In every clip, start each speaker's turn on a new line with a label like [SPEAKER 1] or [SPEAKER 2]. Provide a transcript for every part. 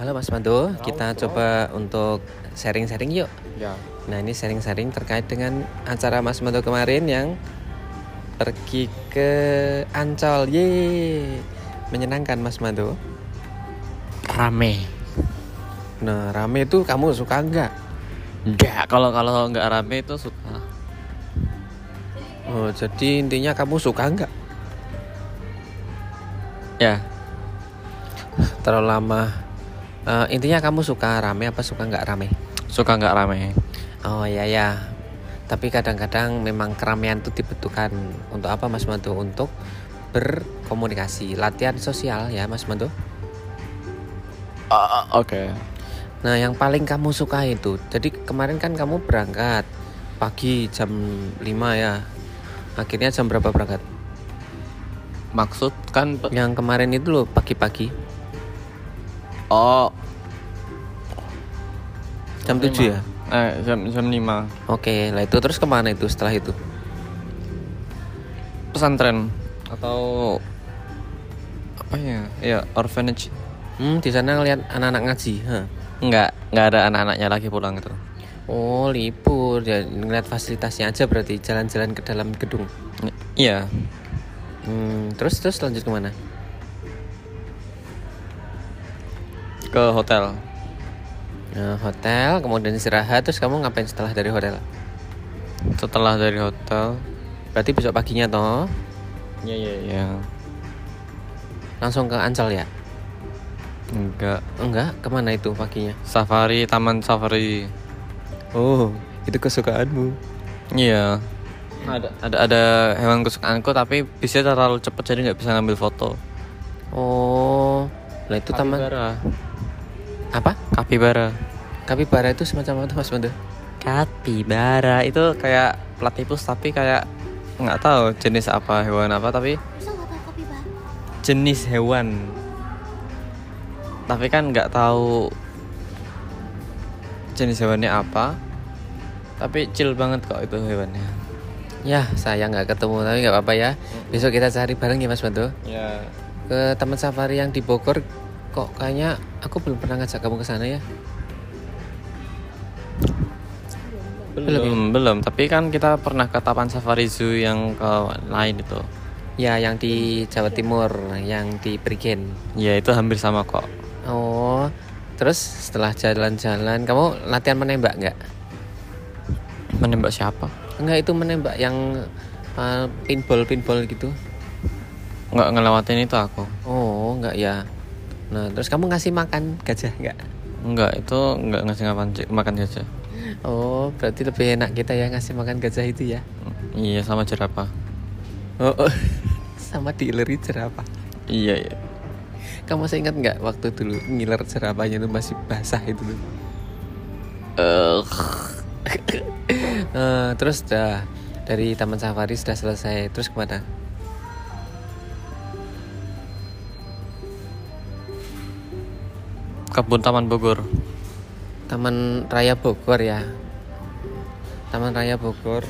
[SPEAKER 1] Halo Mas Pandu, kita coba untuk sharing-sharing yuk.
[SPEAKER 2] Ya,
[SPEAKER 1] Nah ini sharing-sharing terkait dengan acara Mas Pandu kemarin yang pergi ke Ancol. Ye, menyenangkan Mas Pandu.
[SPEAKER 3] rame
[SPEAKER 1] Nah rame itu kamu suka nggak?
[SPEAKER 3] enggak kalau kalau nggak rame itu suka
[SPEAKER 1] Oh, jadi intinya kamu suka nggak?
[SPEAKER 3] ya
[SPEAKER 1] Terlalu lama. Eh, intinya kamu suka rame apa suka nggak rame?
[SPEAKER 3] suka nggak rame
[SPEAKER 1] Oh iya ya. Tapi kadang-kadang memang keramaian itu dibutuhkan untuk apa Mas Mantu? Untuk berkomunikasi, latihan sosial ya Mas Mantu.
[SPEAKER 3] Ah, oke
[SPEAKER 1] Nah, yang paling kamu suka itu. Jadi kemarin kan kamu berangkat pagi jam 5 ya. Akhirnya jam berapa berangkat?
[SPEAKER 3] maksud kan pe-
[SPEAKER 1] Yang kemarin itu loh pagi-pagi.
[SPEAKER 3] oh
[SPEAKER 1] Jam 7 ya.
[SPEAKER 3] eh, jam jam lima
[SPEAKER 1] Oke, lah itu terus kemana itu setelah itu?
[SPEAKER 3] pesantren atau apa ya ya orphanage
[SPEAKER 1] Hmm, di sana ngelihat anak-anak ngaji. Hah.
[SPEAKER 3] nggak nggak ada anak-anaknya lagi pulang gitu. itu
[SPEAKER 1] Oh, libur. Ya, ngeliat fasilitasnya aja berarti jalan-jalan ke dalam gedung.
[SPEAKER 3] N- iya
[SPEAKER 1] Hmm, terus terus lanjut kemana?
[SPEAKER 3] ke hotel
[SPEAKER 1] Nah, hotel, kemudian istirahat, terus kamu ngapain setelah dari hotel?
[SPEAKER 3] setelah dari hotel
[SPEAKER 1] Berarti besok paginya toh
[SPEAKER 3] iya iya iya
[SPEAKER 1] langsung ke Ancol ya?
[SPEAKER 3] enggak
[SPEAKER 1] Enggak, kemana itu paginya?
[SPEAKER 3] safari taman safari
[SPEAKER 1] Oh, itu kesukaanmu.
[SPEAKER 3] iya ada ada ada hewan kesukaanku tapi bisa terlalu cepat jadi nggak bisa ngambil foto
[SPEAKER 1] Oh, lah itu taman apa?
[SPEAKER 3] kapibara
[SPEAKER 1] Kapibara itu semacam apa tuh, Mas Bandu?
[SPEAKER 3] kapibara itu kayak platypus tapi kayak nggak tahu jenis apa hewan apa tapi
[SPEAKER 4] Bisa nggak pakai kopi bang?
[SPEAKER 3] jenis hewan tapi kan nggak tahu jenis hewannya apa tapi chill banget kok itu hewannya
[SPEAKER 1] Ya, saya nggak ketemu, tapi nggak apa-apa ya. Besok kita cari bareng ya, Mas Bandu.
[SPEAKER 3] ya
[SPEAKER 1] Ke taman safari yang di Bogor, kok kayaknya aku belum pernah ngajak kamu ke sana ya?
[SPEAKER 3] belum belum tapi kan kita pernah ke Taman Safari Zoo yang ke lain itu
[SPEAKER 1] Ya, yang di Jawa Timur, yang di Prigen.
[SPEAKER 3] ya itu hampir sama kok
[SPEAKER 1] Oh, terus setelah jalan-jalan, kamu latihan menembak nggak?
[SPEAKER 3] menembak siapa
[SPEAKER 1] Enggak itu menembak yang uh, pinball pinball gitu.
[SPEAKER 3] nggak ngelewatin itu aku
[SPEAKER 1] Oh, enggak ya. Nah, terus kamu ngasih makan gajah nggak?
[SPEAKER 3] nggak itu nggak ngasih makan makan saja
[SPEAKER 1] Oh, berarti lebih enak kita ya ngasih makan gajah itu ya.
[SPEAKER 3] iya sama jerapah
[SPEAKER 1] Oh, oh. sama diileri jerapah.
[SPEAKER 3] iya iya
[SPEAKER 1] Kamu masih ingat nggak waktu dulu ngiler jerapahnya itu masih basah itu tuh?
[SPEAKER 3] Eh,
[SPEAKER 1] Eh, terus dah dari taman safari sudah selesai. Terus kemana?
[SPEAKER 3] kebun Taman Bogor
[SPEAKER 1] Taman Raya Bogor ya. Taman Raya Bogor.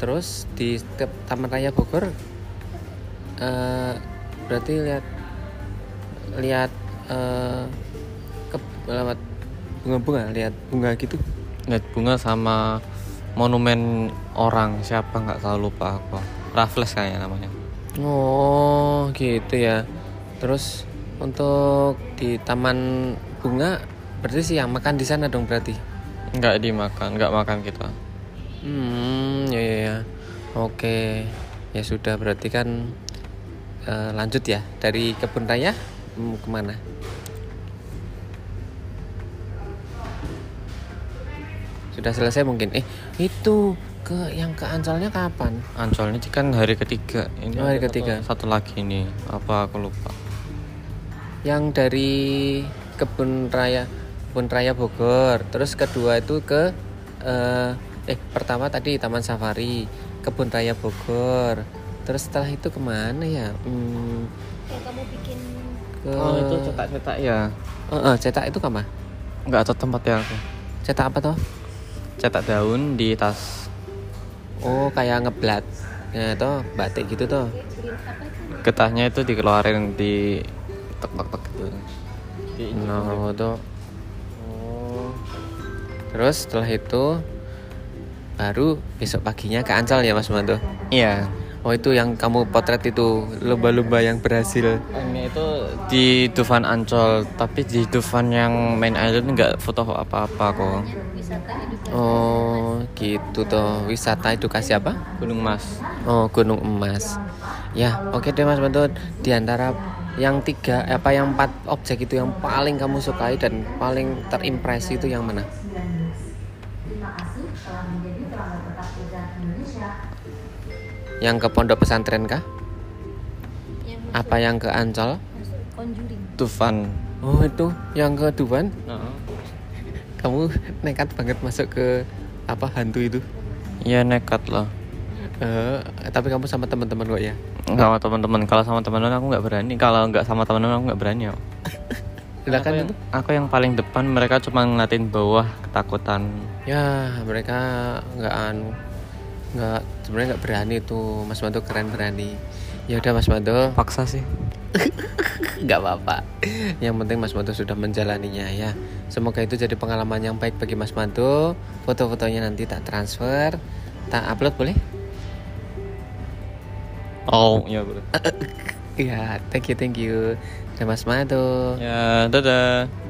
[SPEAKER 1] Terus di setiap Taman Raya Bogor eh berarti lihat lihat eh ke lewat bunga-bunga, lihat bunga gitu.
[SPEAKER 3] lihat bunga sama monumen orang siapa nggak tahu lupa aku Raffles kayaknya namanya
[SPEAKER 1] Oh, gitu ya. Terus untuk di taman bunga berarti siang makan di sana dong berarti.
[SPEAKER 3] nggak dimakan nggak makan kita
[SPEAKER 1] Hmm, ya, ya, ya. Oke, ya sudah berarti kan eh, lanjut ya dari kebun raya mau kemana? Sudah selesai mungkin. Eh, itu ke yang ke Ancolnya kapan?
[SPEAKER 3] Ancol ini kan hari ketiga ini
[SPEAKER 1] Oh, hari
[SPEAKER 3] ada satu-
[SPEAKER 1] ketiga.
[SPEAKER 3] satu, lagi nih apa aku lupa
[SPEAKER 1] Yang dari kebun raya kebun raya Bogor. Terus kedua itu ke eh, eh pertama tadi Taman Safari, kebun raya Bogor. Terus setelah itu kemana ya? Hmm,
[SPEAKER 4] Kayak kamu bikin
[SPEAKER 1] ke
[SPEAKER 3] Oh, cetak-cetak ya
[SPEAKER 1] Eh, eh, cetak itu kemana?
[SPEAKER 3] nggak tahu tempatnya aku
[SPEAKER 1] Cetak apa toh?
[SPEAKER 3] cetak daun di tas
[SPEAKER 1] Oh, kayak ngeblat. Ya toh, batik gitu toh.
[SPEAKER 4] green apa itu?
[SPEAKER 3] getahnya itu dikeluarin di tek tek tek gitu
[SPEAKER 2] di
[SPEAKER 1] Naruhodo. Oh. Terus setelah itu baru besok paginya ke Ancol ya Mas Manto.
[SPEAKER 3] Iya.
[SPEAKER 1] Oh itu yang kamu potret itu lumba-lumba yang berhasil.
[SPEAKER 3] Ini itu di Dufan Ancol, tapi di Dufan yang main island nggak foto apa-apa kok.
[SPEAKER 4] wisata edukasi
[SPEAKER 1] Oh gitu toh wisata edukasi apa?
[SPEAKER 3] Gunung Mas.
[SPEAKER 1] Oh, Gunung Emas. Ya, oke deh Mas Bentut. Di antara yang tiga eh, apa yang empat objek itu yang paling kamu sukai dan paling terimpresi itu yang mana? Yang ke pondok pesantren kah?
[SPEAKER 4] yang
[SPEAKER 1] Apa yang ke Ancol?
[SPEAKER 4] masuk conjuring
[SPEAKER 3] Dufan.
[SPEAKER 1] Oh itu yang ke Duban. Kamu nekat banget masuk ke apa hantu itu?
[SPEAKER 3] Iya nekat lah.
[SPEAKER 1] Eh, tapi kamu sama teman-teman kok ya?
[SPEAKER 3] Sama teman-teman. Kalau sama teman-teman aku nggak berani. Kalau nggak sama teman-teman aku nggak berani. kok.
[SPEAKER 1] Lah
[SPEAKER 3] aku,
[SPEAKER 1] kan
[SPEAKER 3] yang,
[SPEAKER 1] itu?
[SPEAKER 3] aku yang paling depan. Mereka cuma ngeliatin bawah ketakutan.
[SPEAKER 1] ya mereka nggak anu nggak sebenarnya nggak berani tuh Mas Manto keren berani ya udah Mas Manto
[SPEAKER 3] Paksa sih.
[SPEAKER 1] nggak apa-apa yang penting Mas Manto sudah menjalaninya ya semoga itu jadi pengalaman yang baik bagi Mas Manto foto-fotonya nanti tak transfer tak upload boleh
[SPEAKER 3] Oh iya bro.
[SPEAKER 1] ya thank you thank you dan Mas Manto
[SPEAKER 3] Ya dadah.